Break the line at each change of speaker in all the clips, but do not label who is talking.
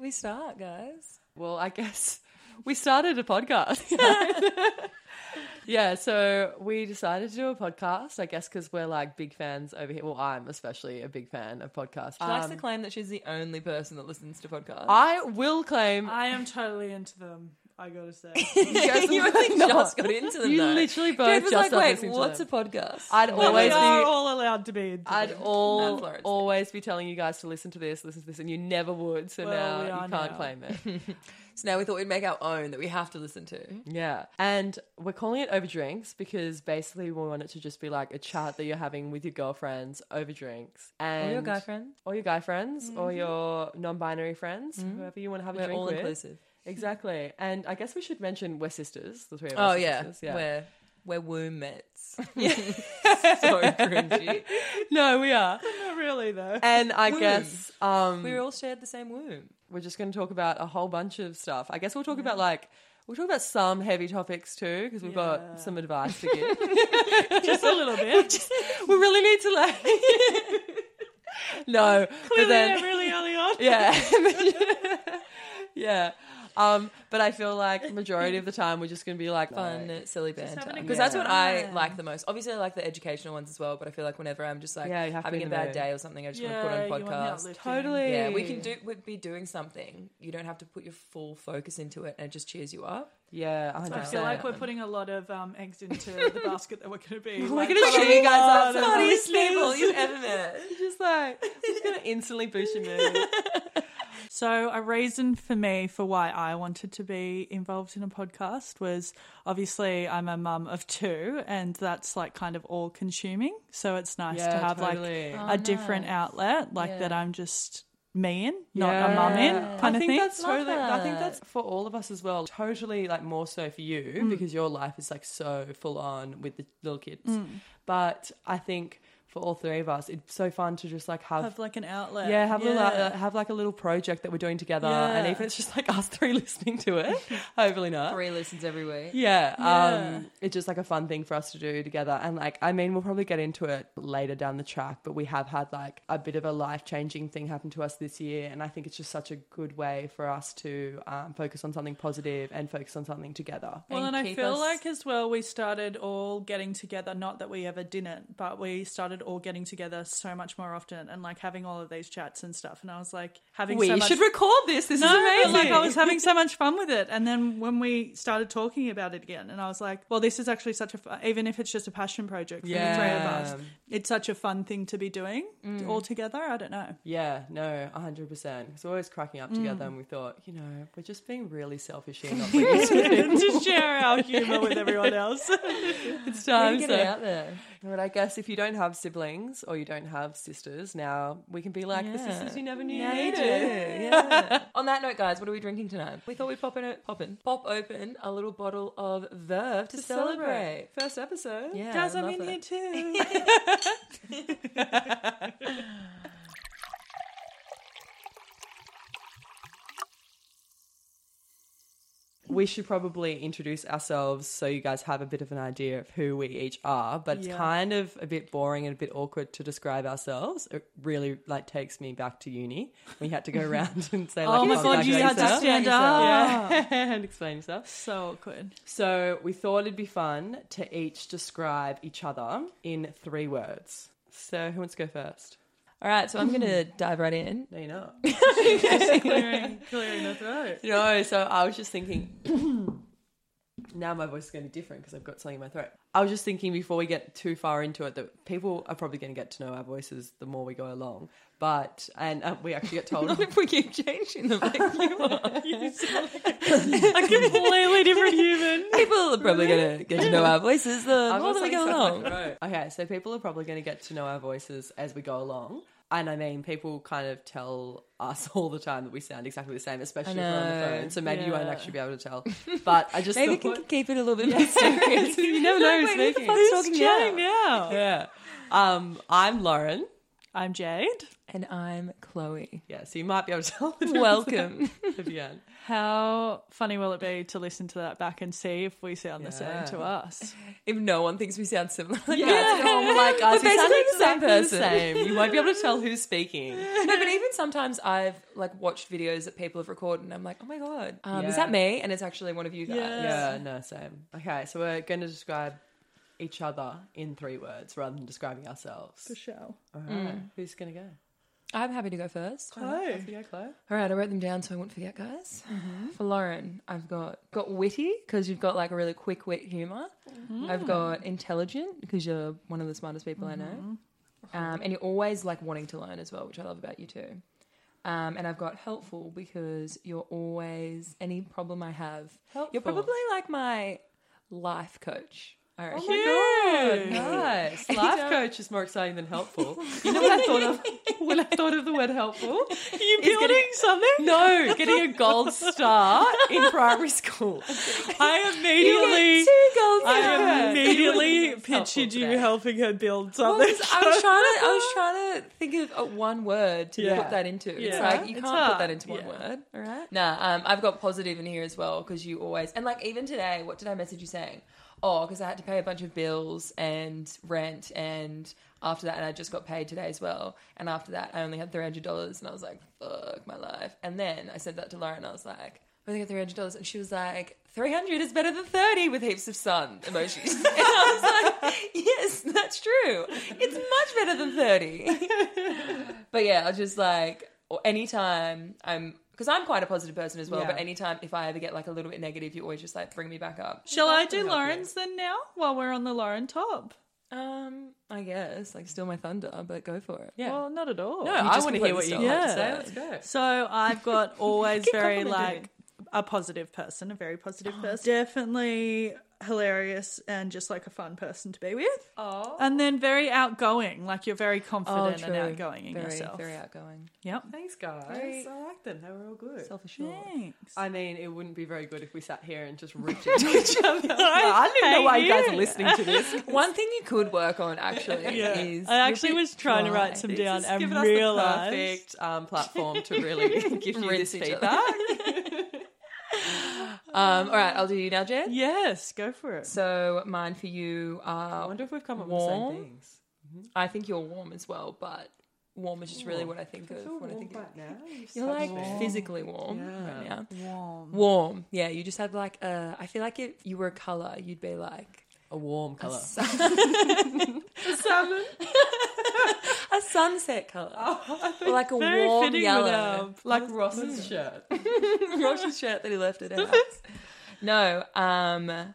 we start, guys?
Well, I guess we started a podcast. yeah, so we decided to do a podcast, I guess, because we're like big fans over here. Well, I'm especially a big fan of podcasts.
She likes
Um,
to claim that she's the only person that listens to podcasts.
I will claim.
I am totally into them. I gotta say,
You guys
you
are
only
not.
just got into them.
You
though.
literally both
Jade was like,
just started
wait,
listening to Uh,
what's
them."
a podcast?
I'd
Well, we
we
always
are-
are
be-
all allowed to be. Into
I'd
them.
all
Florence did.
always be telling you guys to listen to this, listen to this, and you never would. So
Well, we
now
are
you can't
now.
claim it.
So now we thought we'd make our own that we have to listen to.
Yeah. And we're calling it over drinks because basically we want it to just be like a chat that you're having with your girlfriends over drinks. And
Or Oh, your guy friends.
Or your guy friends or your non binary friends, whoever you want to have a
Mm-hmm. We're
drink
all
with.
inclusive.
Exactly. And I guess we should mention we're sisters, the three of us.
Oh
are
yeah.
sisters. Yeah.
we're we're womb mates. so cringy.
no, we are.
Not really though.
And I
Womb.
guess um,
We all shared the same womb.
we're just going to talk about a whole bunch of stuff. I guess we'll talk
Mm-hmm.
about like we'll talk about some heavy topics too because we've
Yeah.
got some advice to give.
Just a little bit.
we really need to like. no, but
Clearly,
then
they're really early on.
yeah, yeah. Um, but I feel like majority of the time we're just going to be like
Fun,
like-
silly
having
banter.
a
Because
good
that's what I
time.
like the most. Obviously, I like the educational ones as well, but I feel like whenever I'm just like
Yeah, you have to
having
be
a
in the
bad
mood.
day or something, I just
you
want
want
to
the
put on podcast.
uplifting.
Totally.
Yeah, we can do. We'd be doing something. You don't have to put your full focus into it, and it just cheers you up.
yeah. a
I
hundred
feel like
percent.
we're putting a lot of um, eggs into the basket that we're going to be. We're
gonna cheer you guys up so much.
Funniest people you've ever met.
Just like it's gonna instantly boost your mood.
So, a reason for me for why I wanted to be involved in a podcast was obviously I'm a mum of two, and that's like kind of all consuming. So, it's nice
Yeah,
to have
totally.
like
Oh,
a different outlet, like that I'm just me in, not a mum in, kind
I
of
think
thing.
That's
Love
totally, I think
that.
that's for all of us as well. Totally, like more so for you because your life is like so full on with the little kids.
Mm.
But I think for all three of us, it's so fun to just like have.
have like an outlet.
yeah, have a little, uh, have like a little project that we're doing together, and even
Yeah.
if it's just like us three listening to it. Hopefully not.
Three listens every week.
Yeah,
Yeah.
Um, it's just like a fun thing for us to do together. And like, I mean, we'll probably get into it later down the track, but we have had like a bit of a life changing thing happen to us this year. And I think it's just such a good way for us to um, focus on something positive and focus on something together.
Well, and, I
keep
feel
us-
like as well, we started all getting together. Not that we ever didn't, but we started all getting together so much more often, and like having all of these chats and stuff. And I was like having
We
so much
should record this. This
No,
is
but,
amazing.
like I was having so much fun with it, and then when we started talking about it again, and I was like, "Well, this is actually such a fun, even if it's just a passion project for the three of us,
Yeah.
it's such a fun thing to be doing
Mm.
all together." I don't know.
Yeah, no, 100%. Because we're always cracking up together
Mm.
and we thought, you know, we're just being really selfish here. Not bringing this
to share our humor with everyone else.
time.
Get
so-
it out there.
But I guess if you don't have siblings or you don't have sisters, now we can be like the
Yeah.
sisters you never knew
Yeah,
you
you do.
needed.
Yeah. On that note, guys, what are we drinking tonight? We thought we'd pop in, pop in, pop open a little bottle of Verve to, celebrate.
First episode.
Yeah,
Guys, I'm
love
in
it.
here too.
We should probably introduce ourselves so you guys have a bit of an idea of who we each are, but it's
Yeah.
kind of a bit boring and a bit awkward to describe ourselves. It really like takes me back to uni. We had to go around and say like
oh my
"Come
god,
back
you
to
had to
yourself."
stand
yourself.
up.
and explain yourself.
So awkward.
So we thought it'd be fun to each describe each other in three words. So who wants to go first?
All right, so I'm going to dive right in.
No, you're not.
clearing, clearing the throat.
no, so I was just thinking. now my voice is going to be different because I've got something in my throat. I was just thinking before we get too far into it that people are probably going to get to know our voices the more we go along. But and uh, we actually get told.
What if we keep changing them? Like you are.
A completely different human.
People are probably going to get to know our voices the
I've
more
got
that we go
something stuck in
along.
my throat. Okay, so people are probably going to get to know our voices as we go along. And I mean, people kind of tell us all the time that we sound exactly the same, especially if we're on the
know,
phone. So maybe you won't
yeah.
actually be able to tell. But I just
Maybe we
thought,
can keep it a little bit more serious.
you never know who's
Wait, who the
speaking.
fuck's talking now?
now.
Yeah. Um, I'm Lauren.
I'm Jade.
And I'm Chloe.
Yeah, so you might be able to tell. The
Welcome.
at the end.
How funny will it be to listen to that back and see if we sound the
Yeah.
same to us?
If no one thinks we sound similar,
Yeah, oh my
We're
god, you sound
basically the same
exactly the
person.
same. You won't be able to tell who's speaking.
No, but even sometimes I've like watched videos that people have recorded, and I'm like, oh my god, um, is
Yeah.
that me? And it's actually one of you guys.
Yeah.
Yeah, no, same. Okay, so we're going to describe each other in three words rather than describing ourselves.
show.
All right, who's going to go?
I'm happy to go first.
Mm. Chloe. Off you go, Chloe.
All right, I wrote them down so I won't forget, guys.
Mm-hmm.
For Lauren, I've got got witty because you've got like a really quick wit humor.
Mm-hmm.
I've got intelligent because you're one of the smartest people I know,
Mm-hmm.
um, and you're always like wanting to learn as well, which I love about you too. Um, and I've got helpful because you're always any problem I have. You're
Helpful.
probably like my life coach. I reckon.
Oh my god,
Cute.
nice.
And
Life
don't-
coach is more exciting than helpful. You know what I thought of when I thought of the word helpful?
You building something?
No, getting a gold star in primary school.
I immediately, I
Yeah.
immediately
It was helpful
pictured you
today.
helping her build
Well,
something.
'cause I was trying to, I was trying to think of a one word to
Yeah.
put that into. It's
Yeah.
like you
It's
can't put
hard.
that into one
Yeah.
word. All right. Nah, um, I've got positive in here as well because you always and like even today, what did I message you saying? Oh, because I had to pay a bunch of bills and rent and after that, and I just got paid today as well. And after that, I only had three hundred dollars, and I was like, "Fuck my life." And then I said that to Lauren. I was like, "I only got three hundred dollars," and she was like, 300 is better than 30 with heaps of sun emojis. And I was like, yes, that's true. It's much better than 30. But yeah, I was just like, or anytime I'm, because I'm quite a positive person as well,
Yeah.
but anytime if I ever get like a little bit negative, you always just like bring me back up.
Shall I do
Helpful.
Lauren's then now while we're on the Lauren top?
Um, I guess, like steal my thunder, but go for it.
Yeah.
Well, not at all.
no,
you
I
just
want to hear what
completely
you
stole
have to
it.
say.
Yeah.
Let's go.
So I've got always
Keep
very
complimenting
like a positive person, a very positive person. Definitely hilarious and just like a fun person to be with.
Oh,
And then very outgoing, like you're very confident and
Oh, true.
outgoing in
very,
yourself.
Very outgoing.
Yep.
thanks, guys.
Very-
I like them. They were all good.
Self assured.
Thanks.
I mean, it wouldn't be very good if we sat here and just ripped into each other. No,
I
I don't know why you guys are
hate
listening to this.
One thing you could work on actually
Yeah.
is.
I actually
you're a bit
was trying to
dry.
write some down
This has
and
given us
realised.
the perfect um, platform to really give you
Rinse
this
each other.
feedback.
Um, all right, I'll do you now, Jen.
Yes, go for it.
So mine for you
I
are.
wonder if we've come up with
Warm.
the same things.
I think you're warm as well, but warm is just really what I think
I
of
feel
when I
warm
think of.
right now. You've
You're like
touched me.
physically warm right
Yeah.
now.
Warm.
Warm, yeah. You just have like a. I feel like if you were a color, you'd be like
a warm
a,
color.
sun,
Salmon.
a sunset color,
Oh,
or like a
Very
warm
fitting
yellow,
with
Like Ross's shirt.
Ross's shirt that he left at our house. No, um,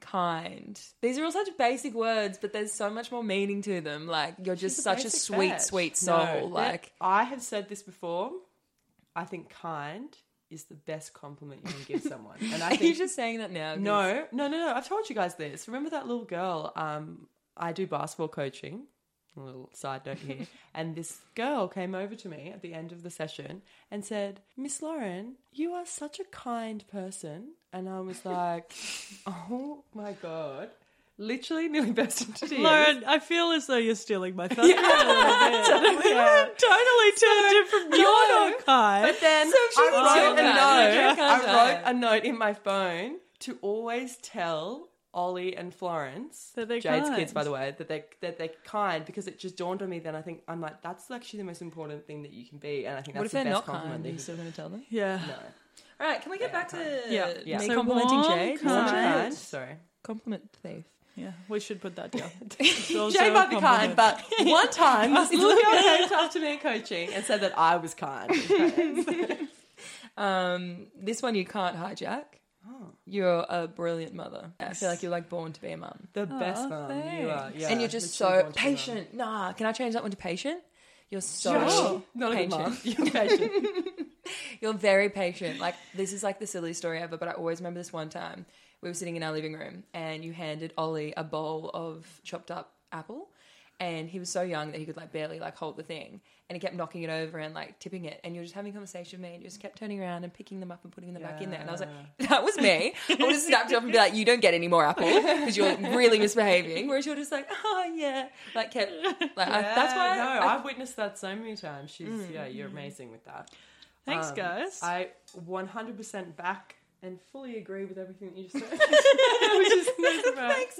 kind. These are all such basic words, but there's so much more meaning to them. Like you're just
She's
such a
basic
sweet,
bitch.
sweet
No,
soul.
that-
like
I have said this before. I think kind is the best compliment you can give someone, and I
are you
think
just saying that now? 'Cause-
no, no, no, no. I've told you guys this. Remember that little girl? Um, I do basketball coaching. A little side note here. and this girl came over to me at the end of the session and said, "Miss Lauren, you are such a kind person." And I was like, "Oh my god!" Literally, nearly burst into tears.
Lauren, I feel as though you're stealing my thunder a little bit.
Yeah.
totally turned it from you're not kind.
But then
she
I
was
wrote
your kind.
a
Your
note.
kind.
I wrote a note in my phone to always tell Ollie and Florence,
That they're
Jade's
kind.
kids, by the way, that they that they're kind because it just dawned on me. Then I think I'm like, that's actually the most important thing that you can be, and I think
What
that's
if
the
they're
best
not kind? Are
compliment that you
you still going to tell them?
Yeah.
can. No,
All right, can we get
Yeah,
back to
Yeah.
Yeah.
me
So
complimenting
warm,
Jade?
kind.
Not
Warm
kind.
Jade?
Sorry,
Compliment thief.
Yeah, we should put that down.
Jade might be kind, but one time this little girl came up to me in coaching and said that I was kind.
Um, this one you can't hijack.
Oh.
You're a brilliant mother. I feel like you're like born to be a mum.
The best mum you are,
thanks.
yeah,
and you're just so
literally born to be a mum.
patient. Nah, can I change that one to patient? You're so
Sure. Not a good
patient.
mum. You're patient.
You're very patient. Like this is like the silliest story ever, but I always remember this one time we were sitting in our living room and you handed Ollie a bowl of chopped up apple, and he was so young that he could like barely like hold the thing and he kept knocking it over and like tipping it and you were just having a conversation with me and you just kept turning around and picking them up and putting them back in there and I was like that was me I would have snapped off and be like you don't get any more apple because you're really misbehaving whereas you're just like oh yeah like kept like
Uh,
I, that's why
no,
I,
have witnessed that so many times. She's yeah, you're amazing with that.
Thanks,
Um,
guys.
I 100% back and fully agree with everything that you just said. we just spoke about.
thanks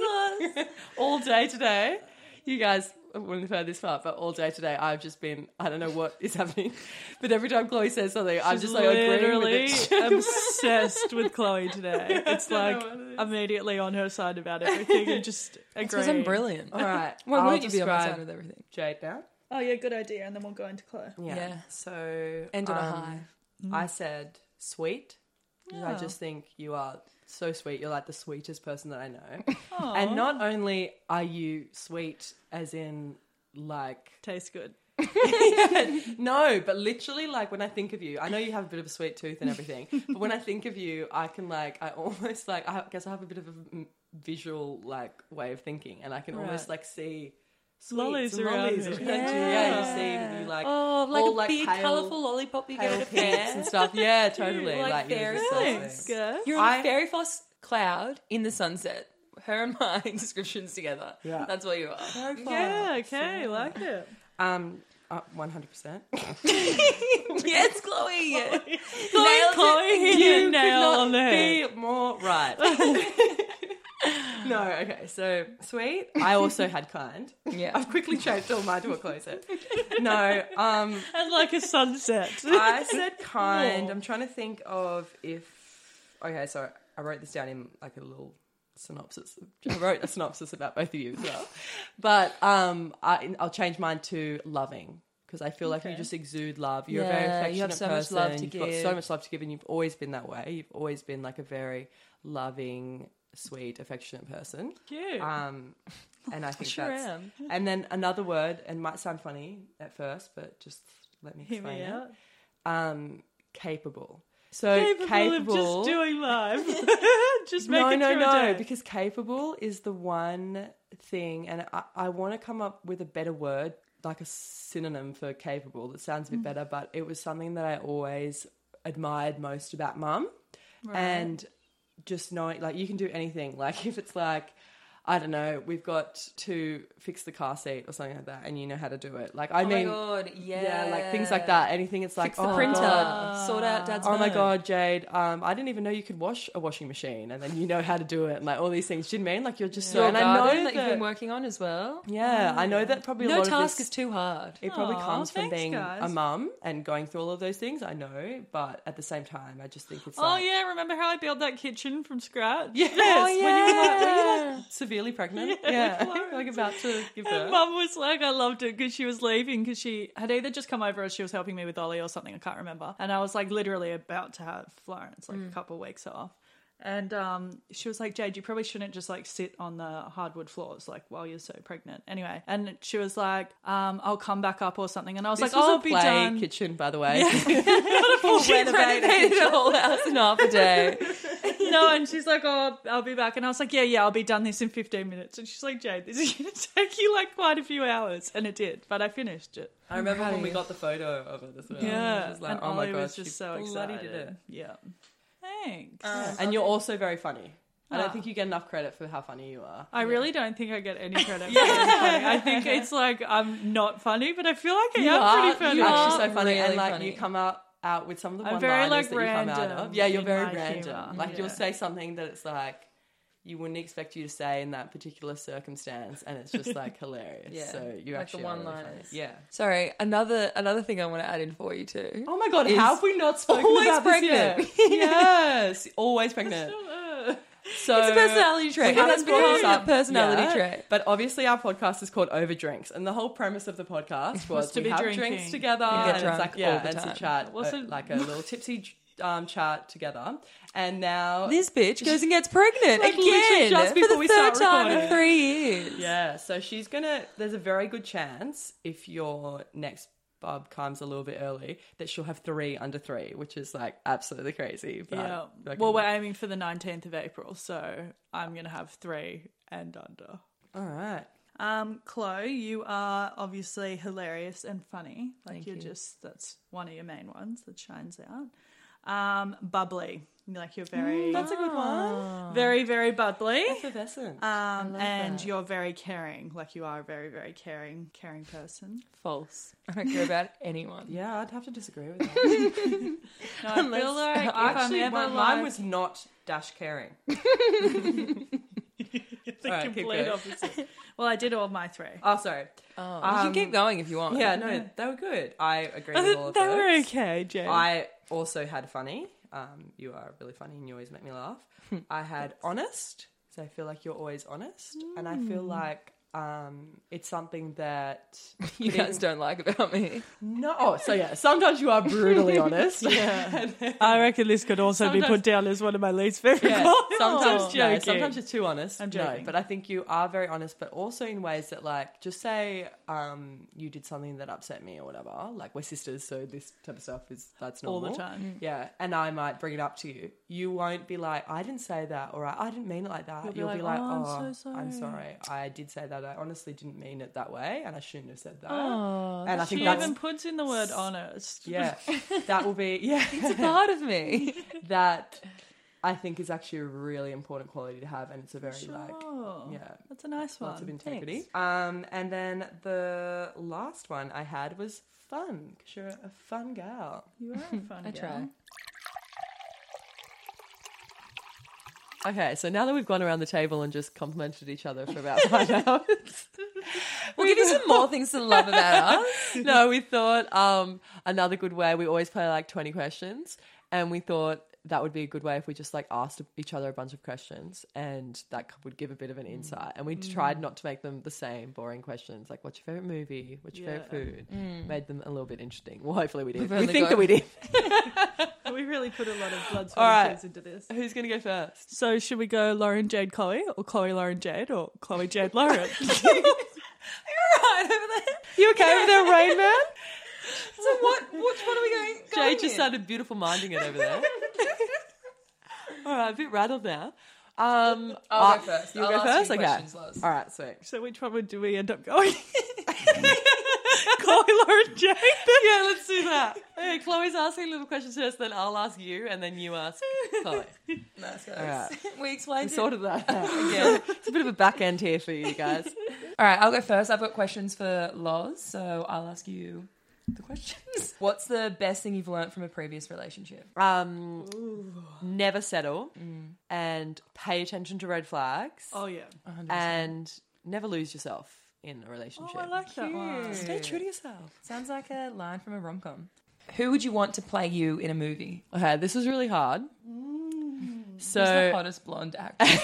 Loz
all day today. You guys wouldn't have heard this part, but all day today I've just been I don't know what is happening. But every time Chloe says something, I'm
She's
just like agreeing with
literally
it.
obsessed with Chloe today. It's
don't
like
know what it is.
immediately on her side about everything and just agree.
because I'm brilliant
all right.
why
I'll
wouldn't you be on my
describe
side with everything
Jade now?
Oh yeah, good idea. And then we'll go into Chloe.
Yeah.
Yeah.
So
End on a
um,
high.
I said sweet. 'cause I
Oh.
just think you are so sweet. You're like the sweetest person that I know. And not only are you sweet as in like
tastes good.
No, but literally, like when I think of you, I know you have a bit of a sweet tooth and everything, but when I think of you, I can like, I almost like, I guess I have a bit of a m- visual like way of thinking, and I can almost
Right.
like see sweets
Lollies
and
around
lollies
it.
around you. Yeah, you see you like
oh like
all,
a
like,
big
pale-
colourful lollipop you go
pale
to
pinks
fair
and stuff. Yeah, totally.
like
like you're
fairy
just so
lights.
sweet.
Good.
You're on
I-
a fairy floss cloud in the sunset. Her and my descriptions together.
Yeah.
That's what you are.
Yeah. Okay. Like it.
Um, one hundred percent.
yes, Chloe.
Chloe,
Nailed
Chloe
it.
hit the nail on the head.
be more right. no, okay. So sweet. I also had kind.
Yeah.
I've quickly changed all mine to a closer. No, um,
And like a sunset.
I said kind. I'm trying to think of if. Okay, so I wrote this down in like a little synopsis. I wrote a synopsis about both of you as well, but um, I, I'll change mine to loving because I feel like you
Okay.
just exude love. You're a very
Yeah,
affectionate
you have so much
person.
love to
You've got so
give.
much love to give, and you've always been that way. You've always been like a very loving, sweet, affectionate person.
Cute.
Um, and I think
sure
that's
am.
and then another word, and might sound funny at first, but just let me
Hear
explain
me
it.
out.
Um, capable. So
Capable,
capable.
of just doing life. just
no,
making
no,
through
no.
a day.
Because capable is the one thing, and I, I want to come up with a better word, like a synonym for capable that sounds a bit better. But it was something that I always admired most about mum, and just knowing like you can do anything. Like if it's like. I don't know. We've got to fix the car seat or something like that, and you know how to do it. Like I
oh
mean,
my god. Yeah.
yeah, like things like that. Anything it's like
Fix the
oh,
printer.
God.
Sort out dad's
Oh my
phone.
god, Jade! Um, I didn't even know you could wash a washing machine, and then you know how to do it, and like all these things. Do you know what I mean like you're just so?
Your
And I
garden
know
that
that,
you've been working on as well.
yeah, I know that probably a
No
lot
task
of this,
is too hard.
It probably
Aw,
comes from
thanks,
being a
guys.
mum and going through all of those things. I know, but at the same time, I just think it's
Oh
like,
yeah, remember how I built that kitchen from scratch?
yes,
Oh,
when you were
yeah.
like severely pregnant,
Yeah,
yeah,
Florence.
like about to give
And
birth.
mum was like, I loved it because she was leaving because she had either just come over or she was helping me with Ollie or something. I can't remember. And I was like literally about to have
Mm.
Florence, like a couple of weeks off. And um, she was like, Jade, you probably shouldn't just like sit on the hardwood floors like while you're so pregnant. Anyway, and she was like, um, I'll come back up or something. And I was
This
like, I'll
was a
be
play
done.
kitchen, by the way.
She's renovated the whole house in half a day.
no, and she's like, oh, I'll be back. And I was like, yeah, yeah, I'll be done this in 15 minutes. And she's like, Jade, this is going to take you like quite a few hours. And it did, but I finished it.
I remember when we
Nice.
got the photo of it as well.
Yeah.
It was like,
and
oh my
Ollie
god,
was just
she
so
bloody
excited.
did it.
Yeah. Thanks.
And you're also very funny. I
Ah.
don't think you get enough credit for how funny you are.
I really don't think I get any credit. for being funny. I think it's like I'm not funny, but I feel like I am pretty funny.
You're actually
are
so funny, and
really
like
funny.
you come out out with some of the
I'm
one liners
very, like,
that you come out
random
of. Yeah, you're
in
very
my
random.
humour.
Like you'll
Yeah.
say something that it's like you wouldn't expect you to say in that particular circumstance, and it's just like hilarious.
Yeah.
So you
Like the
actually are really funny.
one-liners.
Yeah.
Sorry, another another thing I want to add in for you too.
Oh my god,
Is
how have we not spoken
always
about this yet? yes, always pregnant. So
It's a personality trait.
We
That's
haven't brought this up.
personality
Yeah.
trait.
But obviously, our podcast is called Over Drinks, and the whole premise of the podcast was,
to
we
be
have
drinking.
drinks together,
You get
and
drunk
it's like yeah,
all the
and some
time.
chat,
Was
uh,
it-
like a little tipsy um, chat together. And now,
This bitch goes and gets pregnant
Like, literally
again
just
for
before
the
we
third time
start
in
recording.
three years.
yeah, so she's gonna. There's a very good chance if your next bub comes a little bit early that she'll have three under three, which is like absolutely crazy. But
yeah.
I reckon-
Well, we're aiming for the 19th of April, so I'm going to have three and under.
all right.
Um, Chloe, you are obviously hilarious and funny. Like
Thank
you're
you.
just that's one of your main ones that shines out. Um, bubbly, like you're very,
That's a good one.
very, very bubbly.
Effervescent.
Uh,
Um,
love
and
that.
you're very caring. Like you are a very, very caring, caring person.
False. I don't care about anyone.
yeah, I'd have to disagree with that.
No, I feel like if I'm
Actually,
ever
my-
like,
mine was not dash caring.
the
Alright, keep
complete
going.
opposite. Well, I did all my three.
Oh, sorry.
Oh, you can
Um,
keep going if you want.
Yeah, no, they were good. I agree with all of those.
okay, Jay.
I also had funny. Um, you are really funny and you always make me laugh. I had honest. So I feel like you're always honest. And I feel like um, it's something that.
you guys don't like about me.
No. Oh, so yeah, sometimes you are brutally honest. yeah.
I reckon this could also
be Sometimes- put
down as one of my least favorite
Yeah, sometimes, no,
I'm joking.
sometimes you're too honest.
I'm
No,
joking.
but I think you are very honest, but also in ways that, like, just say um, you did something that upset me or whatever. Like, we're sisters, so this type of stuff is that's
all
normal.
the time.
Yeah, and I might bring it up to you. You won't be like, I didn't say that, or I, I didn't mean it like that.
You'll
You'll
be
be,
like,
like,
"Oh, I'm
oh,
so
I'm, sorry.
sorry."
I did say that. I honestly didn't mean it that way, and I shouldn't have said that.
Oh,
and I
She
think that's
even puts in the word honest.
yeah, that will be yeah.
it's a part of me.
that I think is actually a really important quality to have, and it's a very like
Sure.
yeah,
That's a nice one.
lots of integrity. Oh, Um, and then the last one I had was fun because you're a fun gal.
Thanks. You are a fun
I
girl.
try.
Okay, so now that we've gone around the table and just complimented each other for about five hours,
We'll give you some more things to love about us.
no, we thought um, another good way. We always play like twenty questions, and we thought that would be a good way if we just like asked each other a bunch of questions, and that could- would give a bit of an insight. And we tried not to make them the same boring questions, like what's your favorite movie, what's your
Yeah.
favorite food, made them a little bit interesting. Well, hopefully we did.
We've
We
only
think
got-
that we did.
We really put a lot of blood, sweat,
All
and
right.
tears into this.
Who's gonna go first?
So should we go Lauren Jade Chloe or Chloe Lauren Jade or Chloe Jade Lauren?
You okay with that, Rain Man?
So what? Which one are we going?
Jay just started beautiful minding it over there. All right, a bit rattled now. Um,
I'll Oh,
uh,
go first.
You
I'll
go
ask
first.
you
okay.
questions, Loz.
All right, sweet.
so which one would do we end up going? Chloe Lauren Jade.
Yeah, let's do that. Okay, Chloe's asking little questions first, then I'll ask you, and then you ask Chloe.
Nice guys.
Alright.
We
We
explained it.
sorted that out. Again, it's a bit of a back end here for you guys.
All right, I'll go first. I've got questions for Loz, so I'll ask you the questions. What's the best thing you've learned from a previous relationship?
Um, never settle, and pay attention to red flags,
Oh yeah.
100%.
and never lose yourself in a relationship.
Oh, I like that one.
Stay true to yourself.
Sounds like a line from a rom com. Who would you want to play you in a movie?
Okay, this was really hard. So
Who's the hottest blonde actress?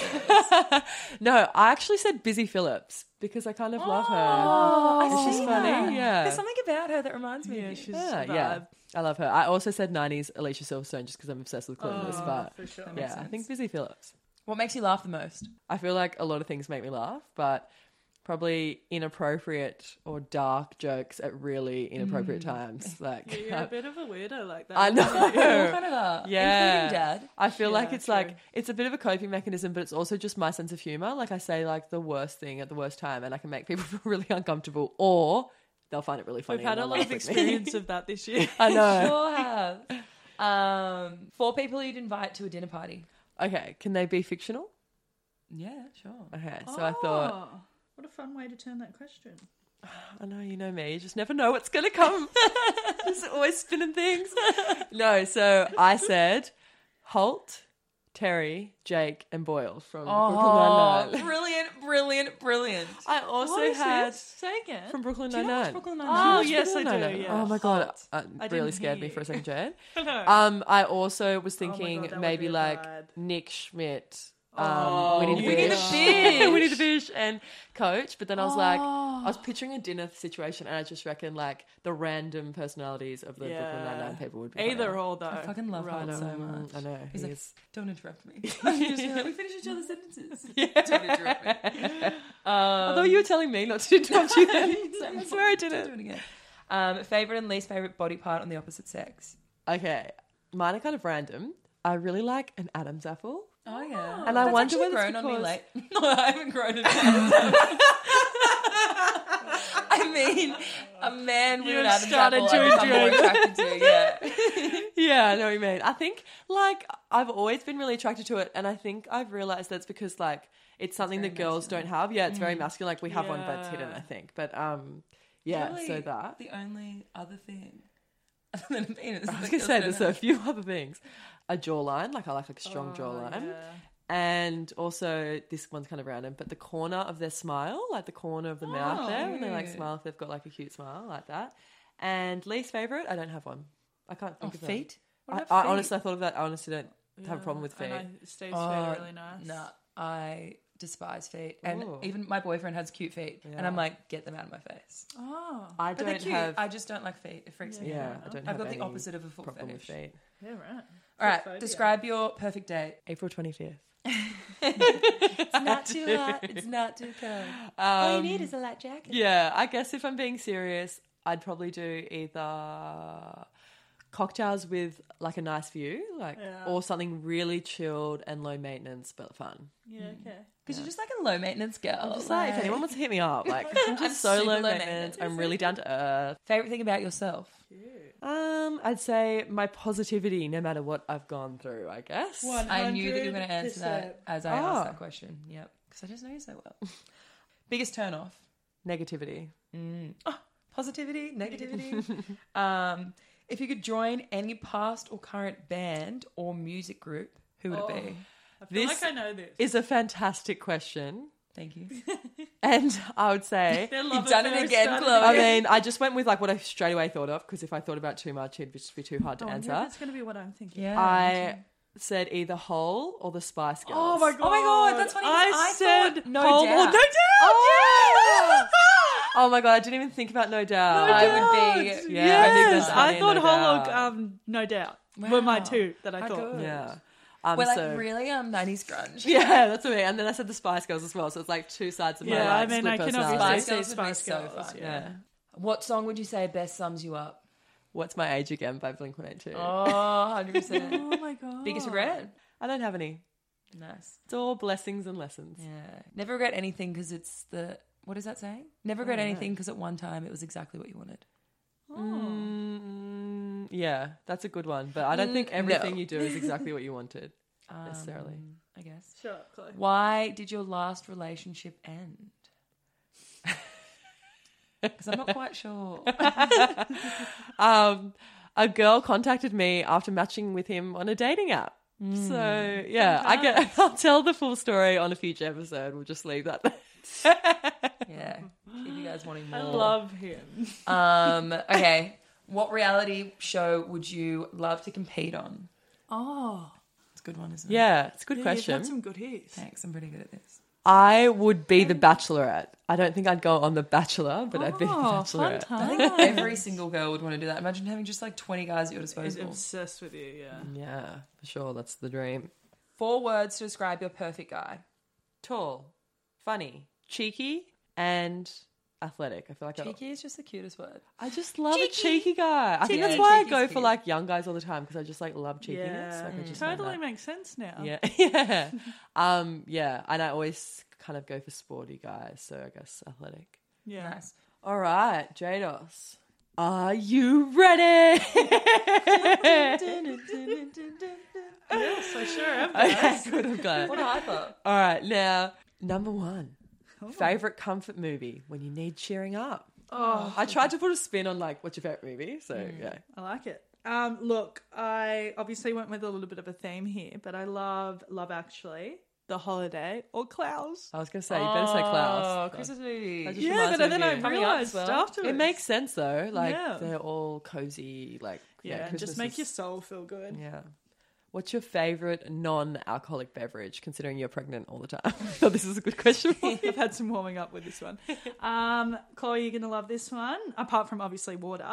No, I actually said Busy Phillips because I kind of love her.
Oh, I
She's funny. Yeah.
There's something about her that reminds me
Yeah,
of you.
she's
Yeah,
a
yeah.
vibe.
I love her. I also said 90s Alicia Silverstone just because I'm obsessed with Clueless, but
Oh, for sure.
yeah,
Oh, makes
I think Busy Phillips.
What makes you laugh the most?
I feel like a lot of things make me laugh, but probably inappropriate or dark jokes at really inappropriate
Mm.
times. Like,
You're a bit of a weirdo like that.
I know.
kind of a,
Yeah.
including dad.
I feel like
Yeah,
it's
true.
like it's a bit of a coping mechanism, but it's also just my sense of humor. Like I say, like the worst thing at the worst time, and I can make people feel really uncomfortable, or they'll find it really funny.
We've had
and they'll
a lot
laugh
of
with me.
experience of that this year.
I know.
Sure have. Um, four people you'd invite to a dinner party.
Okay, can they be fictional?
Yeah, sure.
Okay, so I
Oh.
thought,
what a fun way to turn that question.
I know you know me. You just never know what's gonna come. just always spinning things. no, so I said Holt, Terry, Jake, and Boyle from Brooklyn
Oh,
Nine Nine.
brilliant, brilliant, brilliant.
Uh-huh. I also had
Oh, say again.
from Brooklyn
Do you
Nine
know what's
Nine.
Brooklyn
Oh,
Nine-Nine?
yeah. yes, I do, yeah.
Oh my god, uh,
I
really
didn't
scared
hear
me for a
you.
second, Jane.
Hello. Oh
um, I also was
my God,
thinking
that would be
maybe
a
like
vibe.
Nick Schmidt. Um,
Oh,
we need
We Need a Fish.
we need a fish, and Coach. But then I was like,
Oh.
I was picturing a dinner situation, and I just reckon like the random personalities of the Brooklyn
Yeah.
Nine Nine people would be
Either
funny.
or though.
I fucking love
Right.
Holt so much.
Mm, I know.
He's
he
like,
is.
don't interrupt me. Just be like, we finish each other's sentences. Don't interrupt me.
Uh,
Although you were telling me not to interrupt you, then.
Sorry,
I swear I did
don't
it.
do it again. Um, favorite and least favorite body part on the opposite sex.
Okay, mine are kind of random. I really like an Adam's apple.
Oh yeah,
And I
That's
wonder
actually
whether it's
grown on me
because-
late. no, I haven't grown it. live
You've
in Adam's
started
apple,
to
I've become more
enjoy
attracted to. Yeah.
yeah, I know what you mean. I think like I've always been really attracted to it, and I think I've realized that's because like it's something
very
that girls don't have. Yeah, it's very masculine. Like we have one, but it's hidden.
Yeah.
I think, but um, yeah. so
Probably
that
the only other thing other than a penis.
I was gonna say there's a few other things, a jawline. Like I like like a strong
Oh,
jawline, and also this one's kind of random, but the corner of their smile, like the corner of the mouth there, when they like
yeah.
smile, if they've got like a cute smile like that. And least favorite, I don't have one. I can't think of that.
Oh, feet.
What
I,
about
I
feet?
honestly, I thought of that. I honestly don't have a problem with feet.
And I, Steve's feet are really nice.
No, I despise feet, and
Ooh.
even my boyfriend has cute feet, and
Yeah.
I'm like, get them out of my face.
Oh,
I
But they're
don't
cute.
have.
I just don't like feet. It freaks me. out.
yeah, I don't
I've
have
got the
any
opposite of a foot
problem with
fetish.
feet.
yeah, right.
All right,
Phobia.
describe your perfect date.
April twenty fifth.
It's not too hot. It's not too cold. All you need is a light jacket.
Um, Yeah, I guess if I'm being serious, I'd probably do either cocktails with like a nice view, like
Yeah.
or something really chilled and low maintenance but fun.
Yeah, okay.
Because you're just like a low maintenance girl.
Just like, if anyone wants to hit me up, like I'm just so
super
low
low
maintenance.
maintenance.
I'm really down to earth.
favorite thing about yourself.
Um, I'd say my positivity, no matter what I've gone through, I guess.
I knew that you were going to answer that as I
Ah.
asked that question. Yep, because I just know you so well. Biggest turn off.
Negativity.
Mm. Oh, positivity, negativity. um, if you could join any past or current band or music group, who would it
Oh.
be?
I feel
This
like I know this.
Is a fantastic question.
Thank you.
And I would say,
Their love
You've done it
affair
again,
started-
Chloe.
I mean, I just went with like what I straight away thought of because if I thought about too much, it'd just be too hard to
Oh, I wonder if
answer.
That's going to be what I'm thinking.
Yeah.
I said either Hole or the Spice Girls.
Oh my god!
Oh my god, that's funny. 'cause
I,
I
said
thought No
Hole or
Doubt.
No Doubt.
Oh!
yes! oh my god, I didn't even think about No Doubt.
No
I would-
Doubt. would be-
Oh Yes,
yeah,
I think that's
I
funny,
thought
no
Holog,
doubt.
um, no doubt, were my
Wow.
two that I
How
thought.
good.
Yeah. Um,
We're like
so-
really um nineties grunge.
Yeah, that's what I mean. And then I said the Spice Girls as well, so it's like two sides of my
Yeah, I
life,
mean,
split
I can
personality.
obviously
Spice Girls
see
would be
Spice
so
Girls.
fun.
Yeah.
What song would you say best sums you up?
What's my age again by Blink One Eight Two?
Oh, 100 percent.
Oh my god!
Biggest regret?
I don't have any.
Nice.
It's all blessings and lessons.
Yeah. Never regret anything because it's the what is that saying? Never regret
don't know.
anything because at one time it was exactly what you wanted.
Hmm.
Mm, yeah, that's a good one. But I don't think
Mm,
everything
no.
you do is exactly what you wanted necessarily.
Um, I guess.
Sure, Chloe.
Why did your last relationship end? Because I'm not quite sure.
Um, a girl contacted me after matching with him on a dating app. So yeah, I get. I'll tell the full story on a future episode. We'll just leave that. there.
Yeah. If you guys wanting more.
I love him.
Um, okay. What reality show would you love to compete on?
Oh,
It's a good one, isn't it?
yeah, it's a good
yeah,
question.
You've had some good hits.
Thanks. I'm pretty good at this.
I would be the Bachelorette. I don't think I'd go on the Bachelor, but I'd be the
Oh, fun
Bachelorette.
I
time.
think every single girl would want to do that. Imagine having just like 20 guys at your
Is
disposal.
obsessed with you. Yeah.
Yeah, for sure. That's the dream.
Four words to describe your perfect guy.
Tall, funny, cheeky, and athletic. I feel like I-
Cheeky is just the cutest word.
I, just love a cheeky guy. I think that's
Cheeky.
why I
Cheeky's
go for
cute.
like young guys all the time because I just like love cheekiness.
Yeah.
Like, I just love
Totally
that.
makes sense now.
Yeah, yeah, um, yeah. And I always kind of go for sporty guys, so I guess athletic.
Yeah.
Nice.
All right, Jados. Are you ready?
Yes, I sure am.
okay, good. I'm glad.
What a hype up.
All right, now number one, favorite comfort movie when you need cheering up.
Oh,
I tried to put a spin on like what's your favorite movie, so yeah.
I like it. Um, look, I obviously went with a little bit of a theme here, but I love Love Actually, The Holiday, or Klaus.
I was gonna say you better say
Oh,
Klaus.
Christmas movie.
I just
yeah,
reminds
but
me of
then I
you.
Coming up as
realised
well.
afterwards.
it makes sense though. Like
Yeah.
they're all cozy. Like
yeah, and
Christmas
just make
is-
your soul feel good.
yeah. What's your favorite non-alcoholic beverage? Considering you're pregnant all the time, so this is a good question. Oh for you.
I've had some warming up with this one. Um, Chloe, you're gonna love this one. Apart from obviously water,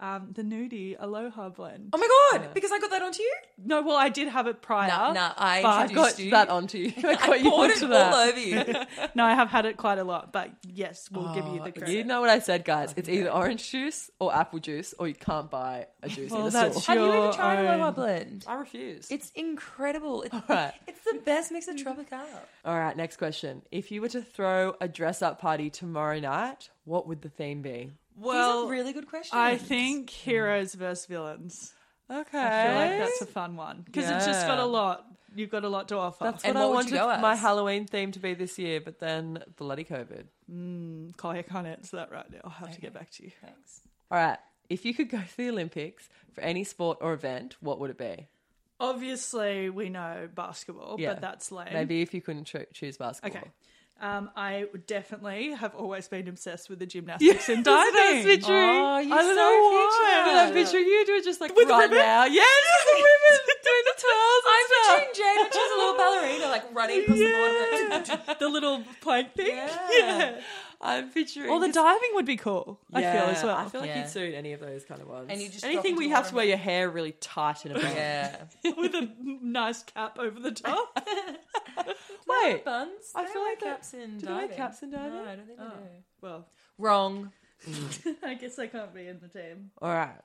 um, the nudie Aloha blend.
Oh my god! Because I got that onto you.
No, well, I did have it prior.
Nah, nah, I
but I
I
introduced
got
you.
that onto you. I got you
poured
onto
it
that.
all over you.
No, I have had it quite a lot, but yes, we'll give you the
Oh,
credit.
You know what I said, guys. It's either orange juice or apple juice, or you can't buy a juice in
Well,
the
that's
store.
Have you ever
Your
tried Aloha
own.
Blend?
I refuse.
It's incredible. It's,
right.
it's the best mix of Tropicana.
All right, next question. If you were to throw a dress up party tomorrow night, what would the theme be?
Well,
These are really good questions.
I think heroes versus villains.
Okay.
I feel like that's a fun one because it's just got
Yeah.
a lot. You've got a lot to offer.
That's
And
what, I
what would
wanted
you go
my
as?
Halloween theme to be this year, but then bloody COVID.
Kai, I can't answer that right now. I'll have to get back to you.
Thanks.
All right. If you could go to the Olympics for any sport or event, what would it be?
Obviously, we know basketball,
Yeah.
but that's lame.
Maybe if you couldn't cho- choose basketball.
Okay. Um, I definitely have always been obsessed with the gymnastics and diving.
I was picturing.
Oh, you're
I
so
don't know why,
cute.
but I'm picturing you doing just like right now. Yes, the women doing the twirls. and
I'm
stuff.
picturing Jade when she's a little ballerina, like running across the board.
the little plank thing.
Yeah.
I'm picturing.
Or Oh. the
just-
diving would be cool. I feel as
Yeah,
well.
I feel like
Yeah.
you'd suit any of those kind of ones.
And you just drop
anything
into
where you
the
have to
water.
wear your hair really tight in a bun.
yeah.
with a nice cap over the top.
Wait,
Buns?
I
They
feel
wear
like that-
caps in
do they wear
diving.
caps in diving?
No, I don't think
Oh.
they do.
well,
Wrong.
I guess I can't be in the team.
all right.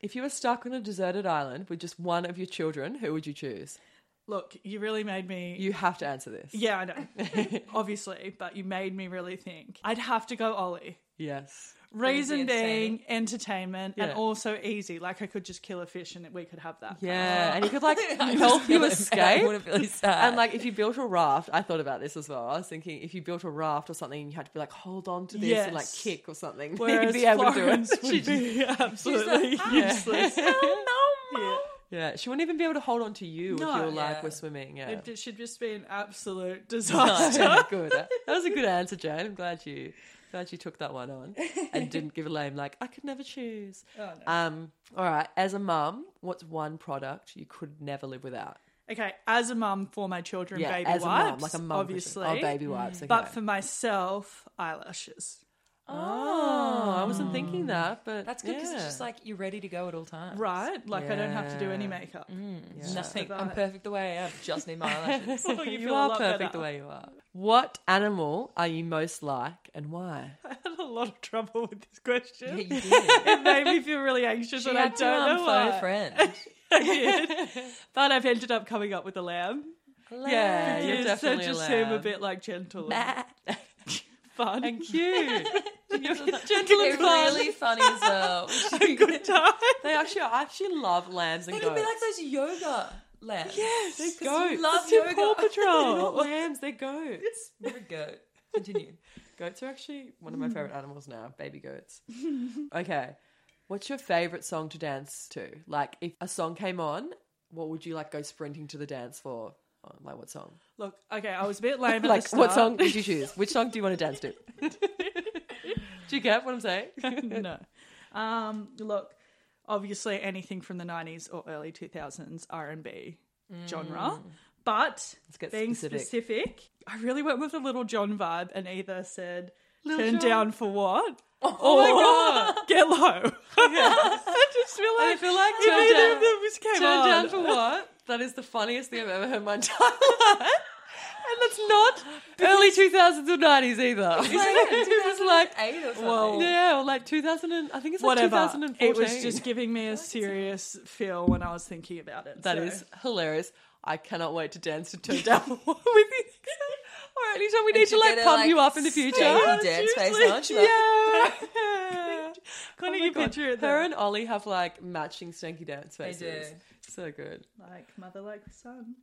If you were stuck on a deserted island with just one of your children, who would you choose?
Look, you really made me.
You have to answer this.
yeah, I know. Obviously, but you made me really think. I'd have to go Ollie.
Yes.
Reason
Easy and
being entertainment
Yeah.
and also easy. Like I could just kill a fish and we could have that.
Yeah, and he could like
Oh. I
help
just
you
feel I
escape.
would have really sad.
And like if you built a raft, I thought about this as well. I was thinking if you built a raft or something, you had to be like hold on to this and like
Yes.
kick or something.
Whereas
You'd be able
Florence
to do it.
would
She'd-
be absolutely useless.
Oh,
"Ah!"
no,
yeah, she wouldn't even be able to hold on to you
No.
if you were like
Yeah.
we're swimming. Yeah,
It should just be an absolute
Oh,
disaster.
yeah, good. That was a good answer, Jane. I'm glad you glad you took that one on and didn't give a lame like I could never choose.
Oh, no.
Um, all right. As a mum, what's one product you could never live without?
Okay, as a mum for my children,
Yeah,
baby
as
wipes,
a mum, like a mum, person.
obviously.
Oh, baby wipes.
Mm.
Okay.
But for myself, eyelashes.
Oh, I wasn't thinking that, but
Ah. That's good because
yeah.
it's just like you're ready to go at all times.
Right? Like I don't have to do any
Yeah.
makeup.
Yeah.
Nothing.
Survive.
I'm perfect the way I am. Just need my eyelashes.
Well,
you,
feel a
are
lot
perfect
better.
the way you are. What animal are you most like and why?
I had a lot of trouble with this question.
Yeah, you did.
It made me feel really anxious,
She
and I
had
don't
to um,
know
phone
why.
a friend.
I did. but I've ended up coming up with a lamb.
Yeah, you're
Yes,
definitely
they
a
just seem a
lamb.
bit like gentle and
Bah.
fun
And cute. You're gentle
They're
and fun.
really funny as well.
and good time.
They actually, I actually love lambs and
It would be
goats.
like those yoga lamps.
yes, they're
'cause
goats.
you love
It's in
yoga.
Paw
They're
Patrol. they're not
not
lambs, they're goats.
We're a goat. Continue.
Goats are actually one of my favorite animals now. Baby goats. okay, what's your favorite song to dance to? Like, if a song came on, what would you like go sprinting to the dance for? Oh, like what song?
Look, okay, I was a bit lame.
like
at the
what song
start.
would you choose? Which song do you want to dance to? do you get what I'm saying?
no. Um, look, obviously anything from the 90s or early 2000s R&B genre.
Mm.
But
get
being
specific.
specific. I really went with a little John vibe and either said
Lil
turn
Jon.
down for what?
Oh my god!
or Get low. I just feel
I
like,
feel like
if
turn
either
down,
of them was came
turn
on.
down for what? That is the funniest thing I've ever heard in my entire life, and that's not early 2000s or 90s either. it was like
Eight or something.
Well,
yeah, or like 2000. And, I think it's like
whatever.
2014.
It was just giving me a serious feel when I was thinking about it.
That
so.
is hilarious. I cannot wait to dance to turn down for what with you. Or anytime we need to
you
like
get a,
pump
like,
you up in the future.
spaghetti dance face,
Seriously.
aren't you?
Yeah.
Like-
Couldn't
Oh my
you
God.
picture it
Her
though?
and Ollie have like matching stanky dance faces.
do.
So good.
Like mother, like son.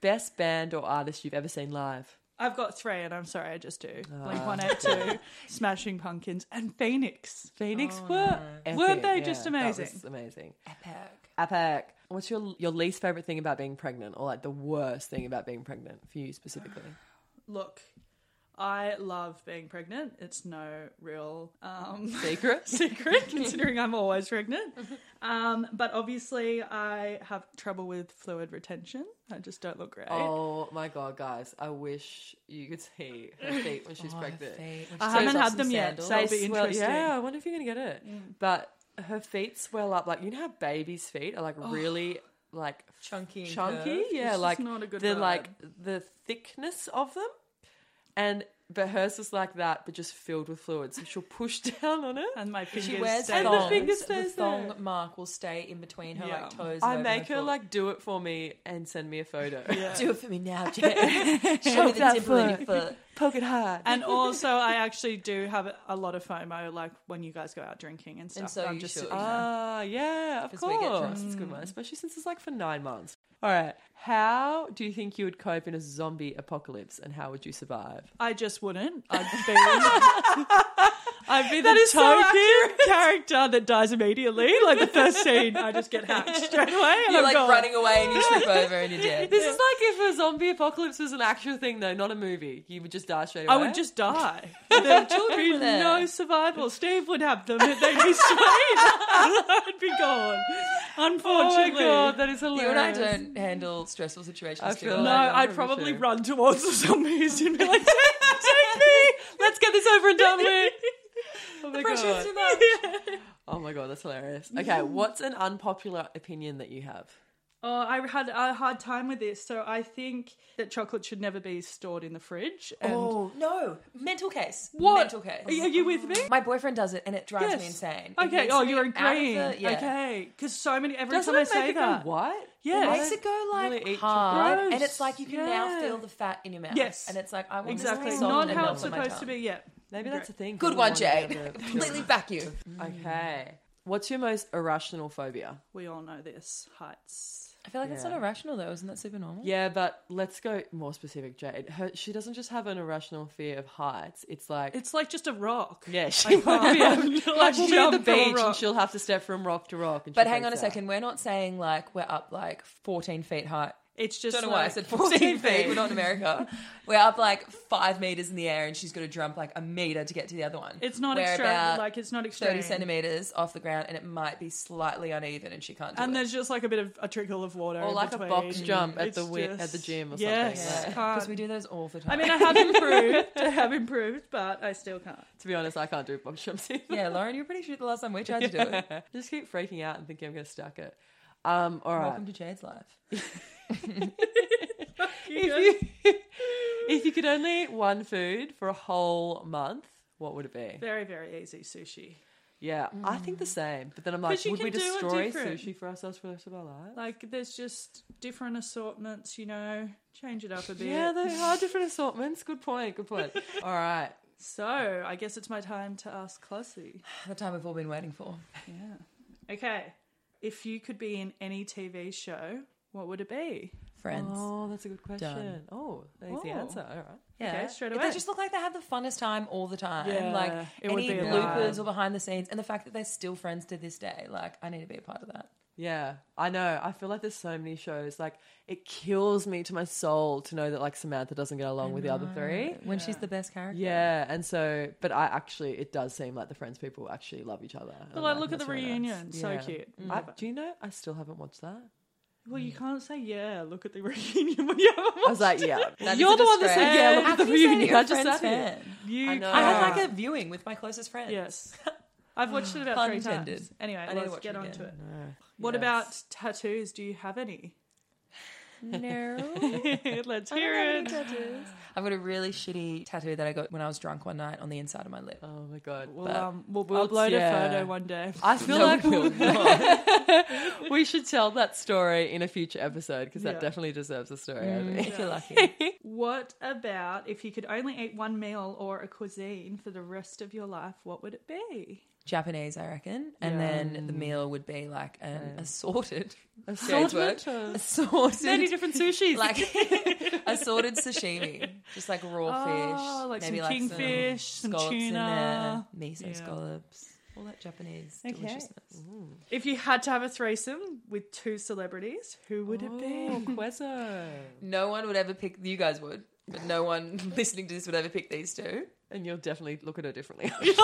Best band or artist you've ever seen live?
I've got three, and I'm sorry, I just do.
Ah.
Blink One Eight Two, Smashing Pumpkins, and Phoenix.
Phoenix
Oh,
were
no.
weren't
Weren't they
yeah,
just
that was
amazing?
amazing.
epic.
Epic. E What's your your least favorite thing about being pregnant, or like the worst thing about being pregnant for you specifically?
Look, I love being pregnant. It's no real um,
Secret.
secret, considering I'm always pregnant.
Mm-hmm.
Um, but obviously, I have trouble with fluid retention. I just don't look great.
Oh my god, guys! I wish you could see Oh, her feet when
Oh,
she's pregnant.
I haven't had them yet, so- Mm. That'll be
swell-
interesting.
Yeah, I wonder if you're gonna get it. But her feet swell up like you know how babies' feet are like
Oh.
really like
chunky, and
chunky.
curved.
Yeah,
just
like
not a good
the
vibe.
like the thickness of them, and But hers is like that, but just filled with fluid. So she'll push down on it.
And my fingers
She wears
stay
And the
thongs.
long.
fingers
the
stays
thong
there.
mark will stay in between her
Yeah.
like toes.
I
and over
make her
foot.
like do it for me and send me a photo.
Yeah.
do it for me now, Jen. Show me
Poke
the
that
dimple in your
foot.
foot.
Poke it hard.
And also, I actually do have a lot of FOMO, like when you guys go out drinking and stuff.
so
I'm
you
just
should.
sitting there.
Ah, yeah, of
'Cause we get
course.
drunk.
It's a good one, especially since it's like for nine months. All right. How do you think you would cope in a zombie apocalypse and how would you survive?
I just wouldn't. I'd be, I'd be the
so
token character that dies immediately. Like the first scene, I just get hacked straight away. And
You're
I'm
like
gone.
running away and you trip over and you're dead.
This is like if a zombie apocalypse was an actual thing, though, not a movie. You would just die straight away.
I would just die. There'd be
were there.
no survival. Steve would have them. They'd be sweet. I'd be gone.
Oh my
Unfortunately.
god, that is hilarious.
You and I don't handle stressful situations
I
together.
feel
No,
like I'm
I'd
pretty
probably
sure.
run towards the zombies and be like, take, take me.
Let's get this over and done with. Oh my
Pressure's
god.
too much.
Oh my god, that's hilarious. Okay, what's an unpopular opinion that you have?
Oh, I had a hard time with this. So I think that chocolate should never be stored in the fridge. And
Oh no, mental case.
What?
Mental case.
Are you with me?
My boyfriend does it, and it drives me
Yes.
insane. It
Okay.
makes
Oh,
me out
you're
of
agreeing.
the- yeah.
Okay. Because so many every
Doesn't
time I
it make
say
it go
that,
white?
It
yeah,
makes it go like
really eat
hard,
chocolate.
and it's like you can now
Yeah.
feel the fat in your mouth.
Yes.
and it's like I want
exactly
This to be
not
soft and
how
melt
it's
on my
supposed to
tongue.
be. Yeah.
Maybe that's a thing.
Good
You
one,
wanna get
Jade.
a bit of-
Completely back you.
Okay. What's your most irrational phobia?
We all know this. Heights.
I feel like that's
Yeah.
not irrational though, isn't that super normal?
Yeah, but let's go more specific, Jade. Her, she doesn't just have an irrational fear of heights. It's like,
It's like just a rock. um,
yeah, she might
can't.
be able, like she'll be at the
Jump from a
beach and
rock.
she'll have to step from rock to rock. And
But
she
hang on a
freaks out.
second, we're not saying like we're up like 14 feet high.
It's just
Don't know why I
like-
said 14 feet. We're not in America. We're up like five meters in the air, and she's got to jump like a meter to get to the other one.
It's not
We're
extra.
about
Like it's not extra.
30 centimeters off the ground, and it might be slightly uneven, and she can't do
And
it.
there's just like a bit of a trickle of water,
Or
in
like a
between.
box jump at
It's
the wi- at the gym or something,
Yes,
yeah.
Because
can't.
we do those all the time.
I mean, I have improved. I have improved, but I still can't.
To be honest, I can't do box jumps either.
yeah, Lauren, you were pretty sure the last time we tried to do it.
just keep freaking out and thinking I'm going to stuck it. Um, all right.
Welcome to Jade's life.
if, you, if you could only eat one food for a whole month, what would it be?
Very, very easy sushi.
Yeah, I think the same. But then I'm like,
Mm. 'Cause you
would we
can do it
destroy
different.
sushi for ourselves for the rest of our lives?
Like, there's just different assortments, you know, change it up a bit.
Yeah, they are different assortments. Good point. Good point. All right.
So, I guess it's my time to ask Clossy.
The time we've all been waiting for.
Yeah. Okay. If you could be in any TV show, what would it be?
Friends.
Oh, that's a good question. Oh, that's the
Oh.
answer. All right.
Yeah,
Okay, straight
They
away.
just look like they have the funnest time all the time.
Yeah,
like
it would
any
be a
bloopers
vibe.
or behind the scenes, and the fact that they're still friends to this day. Like, I need to be a part of that.
Yeah, I know. I feel like there's so many shows. Like it kills me to my soul to know that like Samantha doesn't get along with the other three.
When she's the best character.
Yeah, and so, but I actually, it does seem like the Friends people actually love each other.
But,
And,
like, look at
that's
the
really nice.
reunion. So
Yeah. Mm.
cute.
I,
Love it.
do you know? I still haven't watched that.
Well, you can't say, yeah, look at the reunion when you haven't
I was like, yeah,
That is
you're
a
the one that said, yeah,
disgrace.
look at the
How can you say that
reunion.
you're a
I just
Friends
said it.
fan?
You
I know.
I had like a viewing with my closest friends.
Yes. I've watched it about
Pun
three
intended.
times. Anyway,
need to
let's
watch
get
it
on
again.
to it. What
Yes.
about tattoos? Do you have any?
No.
let's hear it.
I've got a really shitty tattoo that I got when I was drunk one night on the inside of my lip.
Oh my god.
Well,
But-
um, we'll, we'll upload
yeah.
a photo one day.
I feel
No,
like
we will
we should tell that story in a future episode because that
Yeah.
definitely deserves a story. I think.
If you're lucky.
What about if you could only eat one meal or a cuisine for the rest of your life? What would it be?
Japanese, I reckon. And
Yeah.
then the meal would be like an assorted,
Assortment
Jade's word.
of-
assorted,
Many different sushis.
like assorted sashimi, just like raw
Oh,
fish,
like
maybe
some kingfish, some
scallops
tuna.
in there, miso
Yeah.
scallops, all that Japanese
Okay.
deliciousness.
If you had to have a threesome with two celebrities, who would it
Oh,
be?
Quezzo.
No one would ever pick. You guys would, but no one listening to this would ever pick these two.
And you'll definitely look at her differently.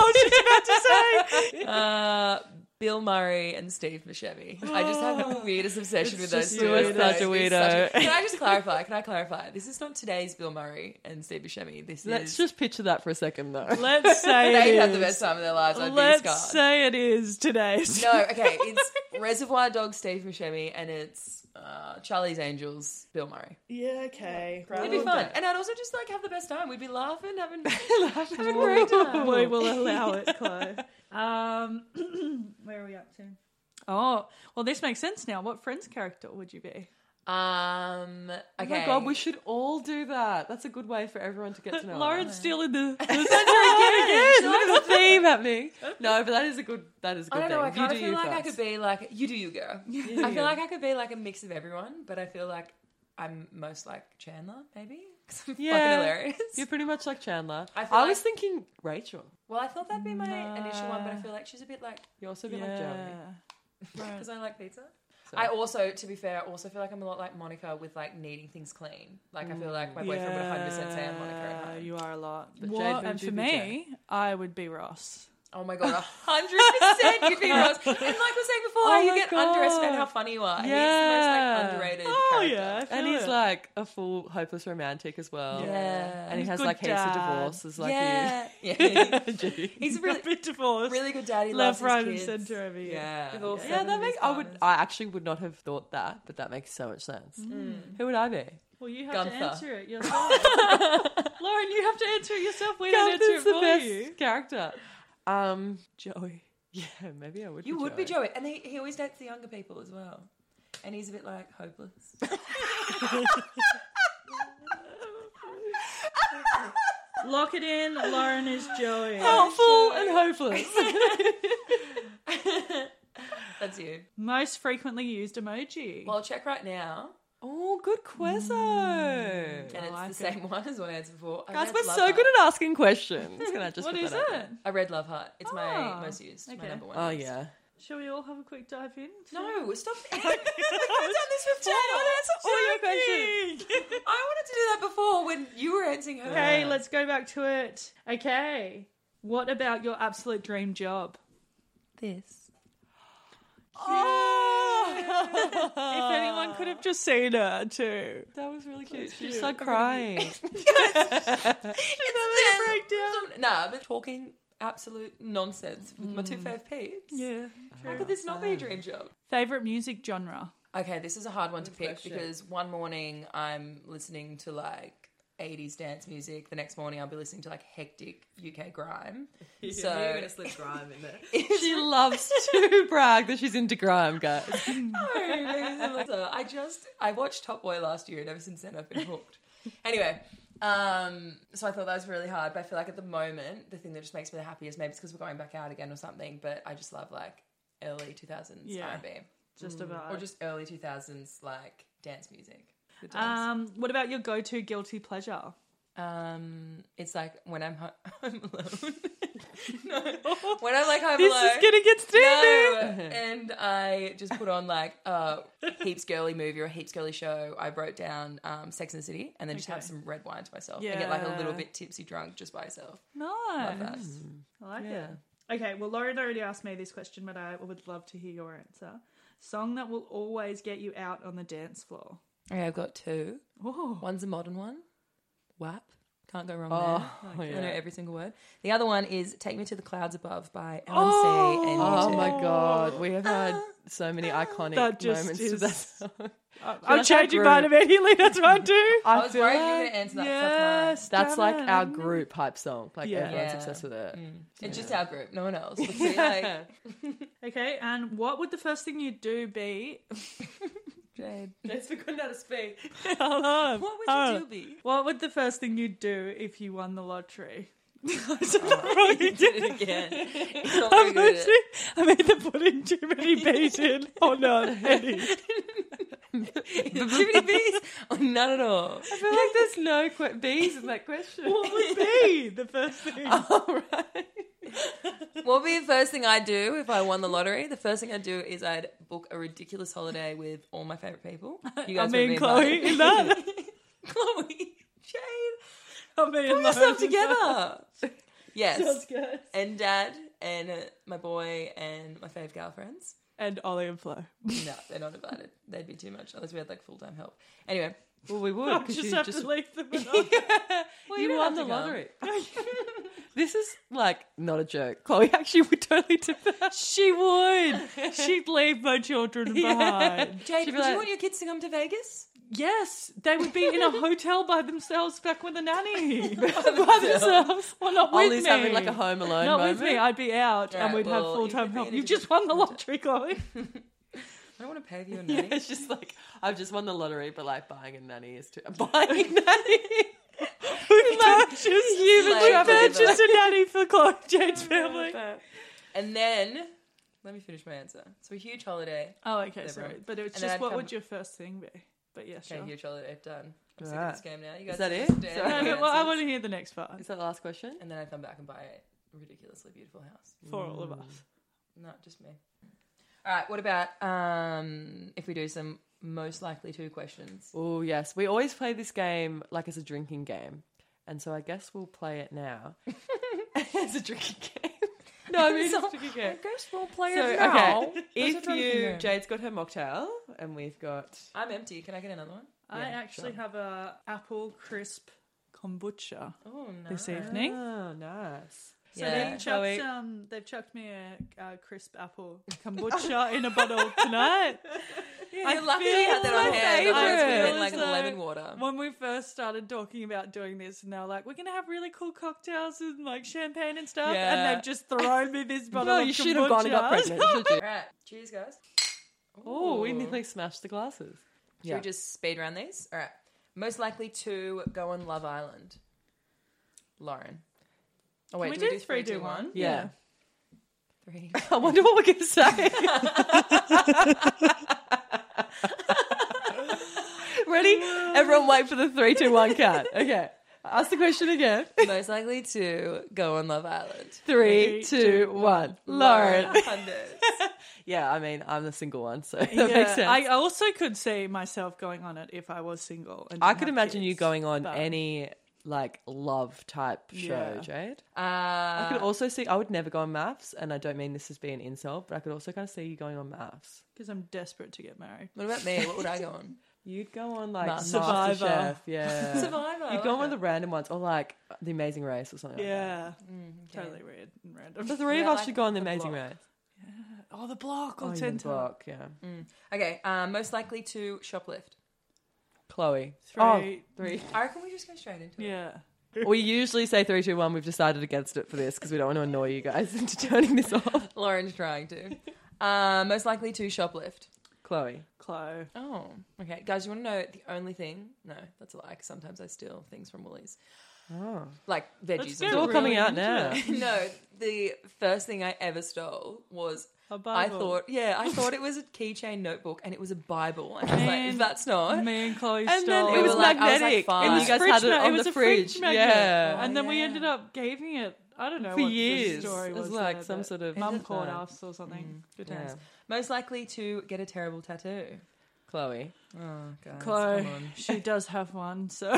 Uh, Bill Murray and Steve Buscemi. I just have the weirdest obsession with those
Oh. just
two.
you are
They're
such a
they're
weirdo.
can I just clarify? Can I clarify? This is not today's Bill Murray and Steve Buscemi. This
Let's
is
just picture that for a second, though.
Let's say
they
it
had the
is.
best time of their lives. I'd be
Let's
scarred.
say it is today.
No, okay, it's Reservoir Dog Steve Buscemi, and it's uh, Charlie's Angels, Bill Murray.
Yeah, okay.
It'd be fun, and I'd also just like have the best time. We'd be laughing, having
Laughing.
having a great time. Um,
We will allow it, Chloe. Um, where are we up to?
Oh, well, this makes sense now. What Friends character would you be?
Um, okay.
Oh my god, we should all do that. That's a good way for everyone to get to know.
Lauren's still in the.
us. Look at the theme at me. No, but that is a good. That is a good
I don't know. I
thing.
kind
you
of
do
feel
you
like I
first.
could be like you do you, girl. I feel like I could be like a mix of everyone, but I feel like I'm most like Chandler, maybe because I'm fucking
Yeah.
hilarious.
You're pretty much like Chandler.
I
I,
feel
was
like-
thinking Rachel.
Well, I thought that'd be my initial one, but I
Nah.
feel like she's a bit like
You also be like Jeremy.
Right.
because I like pizza.
So.
I also, to be fair, I also feel like I'm a lot like Monica with like needing things clean. Like I feel like my boyfriend would 100 percent say I'm Monica. At
Yeah,
home.
You are a lot.
But
What-
Jade, would
and
you
for
be
me, I would be Ross.
Oh my god, 100 percent you'd be Ross. And like we were saying before,
Oh
you
my
get
God.
underestimated how funny you are. He's the most
Yeah.
like underrated.
Oh,
character.
yeah. I
and
feel
he's
it.
like a full hopeless romantic as well.
Oh. Yeah.
And he has
Good
like heaps of
dad.
divorces, like
yeah. yeah.
you. Gee.
He's a really,
been divorced.
really good daddy.
Left,
Love,
right,
his
and
kids.
centre over here.
Yeah.
Yeah,
Yeah.
that makes. I would. I actually would not have thought that, but that makes so much sense.
Mm.
Who would I be?
Well, you have to
Gunther.
answer it yourself. Lauren, you have to answer it yourself. We don't answer it
Gunther's the
for
best
you.
character. Um, Joey. Yeah, maybe I would.
You
be
would
Joey.
be Joey, and he, he always dates the younger people as well. And he's a bit like hopeless.
Lock it in. Lauren is Joey.
Oh. Helpful and hopeless.
That's you.
Most frequently used emoji.
Well, check right now,
oh, good quizzo.
and it's
like
the
it.
same one as what I answered before. I
Guys,
read
we're
Mm. Love
so
Heart.
good at asking questions. Can I just
what
put
is
that out
it?
there?
I read Love Heart. It's
Ah,
my most used, my
okay.
number one.
Oh
used.
yeah.
Shall we all have a quick dive in?
No, stop. We've done this before.
oh, all your
I wanted to do that before when you were answering her.
Okay,
Yeah.
let's go back to it. Okay. What about your absolute dream job?
This.
Oh.
If anyone could have just seen her too.
That was really cute. She just like crying.
Uh,
It's them. Nah, I've been talking absolute nonsense with my
Mm.
two fave peeps.
Yeah.
How could this not be a dream job?
Favorite music genre?
Okay, this is a hard one to pick
question.
because one morning I'm listening to like 80s dance music. The next morning I'll be listening to like hectic UK grime. So
slip grime in there. she loves to brag that she's into grime,
Oh
guys.
so I just I watched Top Boy last year and ever since then I've been hooked. Anyway, um, so I thought that was really hard, but I feel like at the moment the thing that just makes me the happiest maybe it's because we're going back out again or something. But I just love like early 2000s
Yeah.
R&B
Mm. Just about.
or just early 2000s like dance music. Good times.
um, what about your go-to guilty pleasure?
Um, it's like when I'm ho- home alone. no, when I'm like home
This
alone.
is gonna get steamy.
no, and I just put on like a heaps girly movie or a heaps girly show. I wrote down um, Sex and the City, and then just have
Okay.
some red wine to myself and get like a little
Yeah.
bit tipsy drunk just by myself. Love
Nice.
that.
I like
Yeah.
it. Okay, well, Lauren already asked me this question, but I would love to hear your answer. Song that will always get you out on the dance floor.
Okay, I've got two.
Oh,
One's a modern one. WAP. Can't go wrong
Oh,
there. I know
yeah.
every single word. The other one is "Take Me to the Clouds Above" by LMC and
Oh
U2.
my god, we have had
Uh-huh.
so many iconic
That just
moments to
is-
that song.
I'm
that's our
changing mine
group.
immediately. That's what I do.
I was worried you were going to answer that. so that's mine.
Yes,
That's
damn
like
it.
our group hype song. Like
Yeah.
everyone's
Yeah.
obsessed with it.
Mm. It's just our group, no one else. Would be like,
Okay, and what would the first thing you do be?
Jade,
It's forgotten how to speak.
Hold on.
what would
hold
you
Oh.
on.
do be?
What would the first thing you'd do if you won the lottery? I said that wrong again.
Again, it's not very
I'm
good at it.
actually- I made them put in too many bees in or not any.
Too many bees? Oh, none at all.
I feel like there's no que- bees in that question.
What would be the first thing?
All right.
What would be the first thing I'd do if I won the lottery? The first thing I'd do is I'd book a ridiculous holiday with all my favorite people. You
I
guys would
mean,
be
Chloe,
invited.
in that.
Chloe, Jade,
I mean,
pull yourself together.
Sounds
Yes,
good.
and Dad and uh, my boy and my fave girlfriends.
And Ollie and Flo.
No, they're not invited. They'd be too much unless we had like full time help. Anyway,
Well, we would
I
because
just
you
have
Oh, just
to leave them alone.
well,
you
don't have
won the
to come.
lottery. This is like not a joke. Chloe actually would totally do that.
She would. She'd leave my children behind.
Jade, would
She'd be
you
like-
want your kids to come to Vegas?
Yes, they would be in a hotel by themselves back with a nanny. by themselves. Well, not with
Ollie's
me.
having like a home alone
Not
moment.
with me. I'd be out and
Right,
we'd have
well,
full time
you could be
help.
in a
You've just won the lottery, Chloe.
I don't want to pay for your
Yeah,
nanny.
it's just like I've just won the lottery, but like buying a nanny is too buying nanny.
We purchased, you
slave labor.
purchased a nanny for Chloe Jade's family.
And then, let me finish my answer. So a huge holiday.
Oh, okay,
Everyone.
sorry. But it was
And then
just
I'd
what
come-
would your first thing be? But yeah, sure.
Okay, huge holiday. Done. I'm sick
Right.
of this game now. You guys
Is that
can
it?
just stand
Sorry.
there
No,
and
but well, I
answer.
want to hear the next part
Is that the last question?
And then I come back and buy a ridiculously beautiful house.
for all of us.
Not just me. All right. What about um, if we do some most likely to questions?
Oh yes, we always play this game like it's a drinking game, and so I guess we'll play it now. it's a drinking game. No, I mean it's a drinking game.
guess we'll play
So
it now.
okay, if
drinking
you
game.
Jade's got her mocktail and we've got
I'm empty. Can I get another one?
I
Yeah,
actually have a apple crisp kombucha
Oh no.
this evening.
Oh, nice.
So
Yeah.
they've
Chloe.
chucked um, they've chucked me a, uh crisp apple kombucha in a bottle tonight. I
You're lucky you had that
feel
on hand. Otherwise, it would have been
favourite.
like
So-
lemon water.
When we first started talking about doing this, and they're like, "We're gonna have really cool cocktails and like champagne and stuff,"
Yeah.
and they've just thrown me this bottle.
No,
of
you should have gone and got
kombucha.
pregnant.
All right. Cheers, guys.
Oh, we
Ooh.
nearly smashed the glasses.
Should we just speed around these? All right. Most likely to go on Love Island. Lauren. Oh wait,
Can we
do
do
we do three,
three,
two,
do one?
one?
yeah.
Three.
I wonder what we're going to say. Ready? Everyone wait for the three, two, one count. Okay. Ask the question again.
Most likely to go on Love Island.
Three, two, one. Lauren.
Hunter.
Yeah, I mean, I'm the single one, so that
Yeah,
makes sense.
I
I,
also could see myself going on it if I was single. And didn't
could
have
imagine you
kids,
going on
but-
any like love type show,
Yeah.
Jade.
Uh,
I could also see, I would never go on maths, and I don't mean this as being an insult, but I could also kind of see you going on maths.
because I'm desperate to get married.
what about me? What would I go on?
You'd go on like
Maths.
Survivor.
Survivor.
yeah.
Survivor. I
You'd
like
go on one of
that.
the random ones, or like The Amazing Race or something. like
Yeah,
Mm, Okay.
totally weird and
that. The
random.
three of
Yeah,
us
like
should go on The
the
Amazing
block.
Race.
Oh, the block.
Oh,
I'll
yeah,
tend
the
to
block, yeah.
Okay. Um, most likely to shoplift.
Chloe. Oh.
three.
Three.
I reckon we just go straight into it.
Yeah.
we usually say three, two, one. We've decided against it for this because we don't want to annoy you guys into turning this off.
Lauren's trying to. Uh, most likely to shoplift.
Chloe.
Chloe.
Oh, okay, guys. You want to know the only thing? No, that's a lie. 'cause sometimes I steal things from Woolies,
Oh.
like veggies.
Let's
It's
and
go
all
stuff.
coming out
into
now.
no, the first thing I ever stole was
A
I
Bible.
thought, yeah, I thought it was a keychain notebook, and it was a Bible. And I was like,
Man.
if that's not,
me and Chloe
And
stole.
then
We
it was
were like- I was like
magnetic,
five.
and
It
you
was
guys
fridge
had it
ma-
on
was
the
a fridge
fridge.
magnet.
yeah.
and then we
yeah.
ended up gaving it. I don't know
for
what
years,
The story
it was
was
like
there,
some
but
sort of Mm.
mum
Isn't
caught
that-
us or something. Good
Yeah.
times.
most likely to get a terrible tattoo.
Chloe.
Oh, guys,
Chloe.
come on.
She does have one, so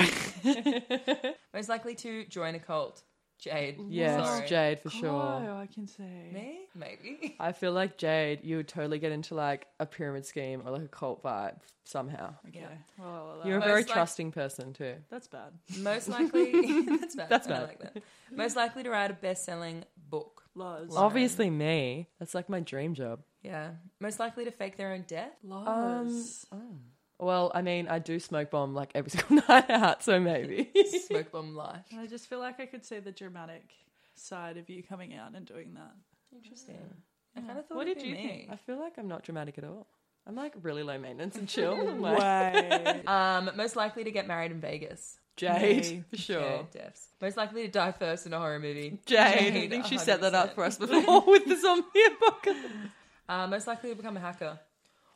Most likely to join a cult. Jade.
Yes,
Sorry.
Jade for sure.
Chloe, I can see.
Me? Maybe.
I feel like Jade, you would totally get into like a pyramid scheme or like a cult vibe somehow.
Yeah, well, well,
You're a
uh,
Most
very
like-
trusting person too.
that's bad.
Most likely. that's bad.
That's
I
bad.
like that. Most likely to write a best selling book.
Loz.
Loz.
Obviously, me. That's like my dream job.
Yeah. Most likely to fake their own death.
Loz.
Um, Well, I mean, I do smoke bomb like every single night out, so maybe.
Smoke bomb life.
I just feel like I could see the dramatic side of you coming out and doing that.
Interesting. I kind of thought
What
it'd
did
be
you
me.
think?
I feel like I'm not dramatic at all. I'm like really low maintenance and chill. I'm like,
Way.
Um, most likely to get married in Vegas.
Jade,
Me.
for sure.
Yeah, deaths. Most likely to die first in a horror movie.
Jade, I
Jade,
think she set that up
100%.
for us before with the zombie apocalypse.
Uh, most likely to become a hacker.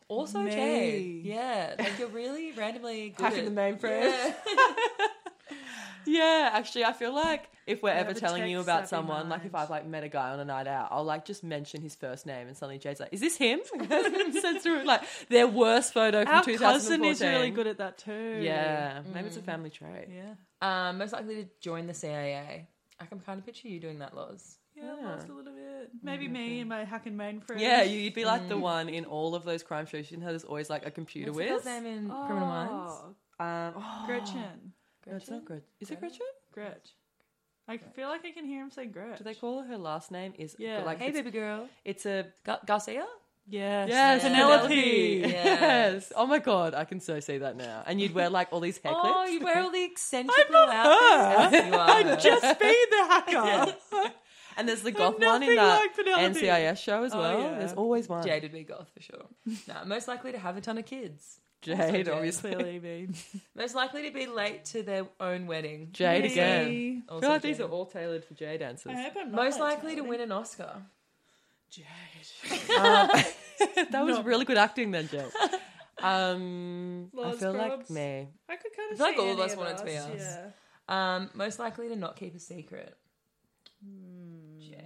Also,
Me.
Jade. Yeah, like you're really randomly good
Hacking
at-
the mainframe.
Yeah.
Yeah, actually, I feel like if we're ever
the
telling you
text
about
up in
someone, like if
mind.
I've like met a guy on a night out, I'll like just mention his first name, and suddenly Jade's like, "Is this him?" Sends through like their worst photo from
Our
2014.
cousin is really good at Mm. that too.
Yeah, maybe it's a family trait.
Yeah.
Um, most likely to join the CIA. I can kind of picture you doing that, Loz.
Yeah,
Yeah.
lost a little bit. Maybe me and my hack and mainframe.
Yeah, you'd be
Mm.
like the one in all of those crime shows. You know, how there's always like a computer
What's the girl's
whiz.
name in
Oh,
Criminal Minds?
Um, oh,
Gretchen.
no, it's not Gretchen. Is it Gretchen?
Gretch. I feel like I can hear him say Gretch.
Do they call her her last name? Is
Yeah.
Like
Hey,
it's,
baby girl.
it's a
Ga- Garcia?
Yes.
yes,
Penelope.
Penelope.
Yes. Oh my god, I can so see that now. And you'd wear like all these hair
Oh,
clips.
you wear all the eccentric little outfits. Yes, you are.
I'd just be the hacker.
And there's the goth
nothing
one in that
like Penelope.
NCIS show as
Oh,
well.
yeah.
There's always one. Jade,
Jade would be goth for sure. Nah, most likely to have a ton of kids. Jade.
obviously.
Clearly, be.
Most likely to be late to their own wedding.
Jade again.
Yay.
I
Also
feel like these
Jade.
are all tailored for Jade answers.
I hope I'm not
most
like
likely to win an Oscar.
Jade.
Um, that was really good acting then, Jade. Um, I
Lawrence
feel like
Krabs.
me.
I could kind
I
of
feel like
see
all of
any
us want it to be us.
Yeah.
Um, most likely to not keep a secret. Jade.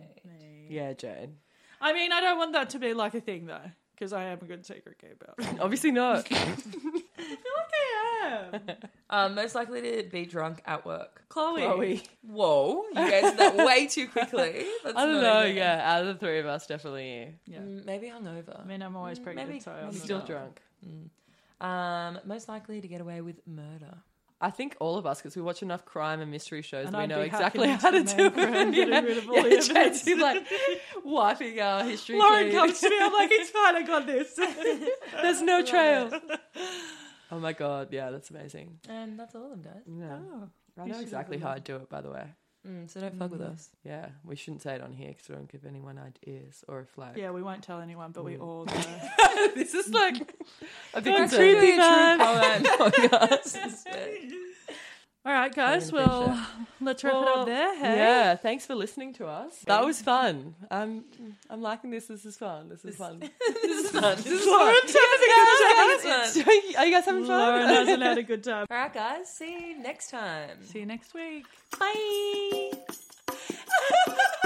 Yeah, Jade.
I mean, I don't want that to be like a thing though, because I am a good secret keeper. I feel
Obviously not.
like I am.
Um, most likely to be drunk at work.
Chloe.
Chloe.
Whoa, you guys did that way too quickly. That's
I don't
not
know.
okay.
Yeah, out of the three of us, definitely.
Yeah.
Mm, Maybe hungover.
I mean, I'm always
Mm,
pregnant,
maybe-
so I'm
maybe
not-
Still
No.
drunk.
Um, most likely to get away with murder.
I think all of us, because we watch enough crime and mystery shows,
And
we
I'd
know
be
exactly how to
hacking
do
into the main
it.
ground,
Yeah,
getting rid of all
yeah
the
Jade's
evidence.
been, like wiping our history.
Lauren
clean.
comes to me. I'm like, it's fine. I got this.
There's no trail. Oh my god, yeah, that's amazing.
And that's all of them, guys.
Yeah.
Oh,
I
you
know
should
exactly
have
how
them.
I do it, by the way.
Mm, so don't fuck with us.
Yeah, we shouldn't say it on here because we don't give anyone ideas or a flag.
Yeah, we won't tell anyone, but we all. Know.
this is like a big
That's
concern.
really a true
man.
poem.
all right, guys.
We're gonna
Well, let's wrap it
Well,
up there. Hey.
Yeah, thanks for listening to us. That was fun. I'm I'm liking this. This is fun. This is fun.
this is fun. This is
Lauren,
fun.
guys,
This is fun.
it's- Are you guys having fun?
Lauren hasn't had a good time.
All right, guys. See you next time.
See you next week.
Bye.
Oh.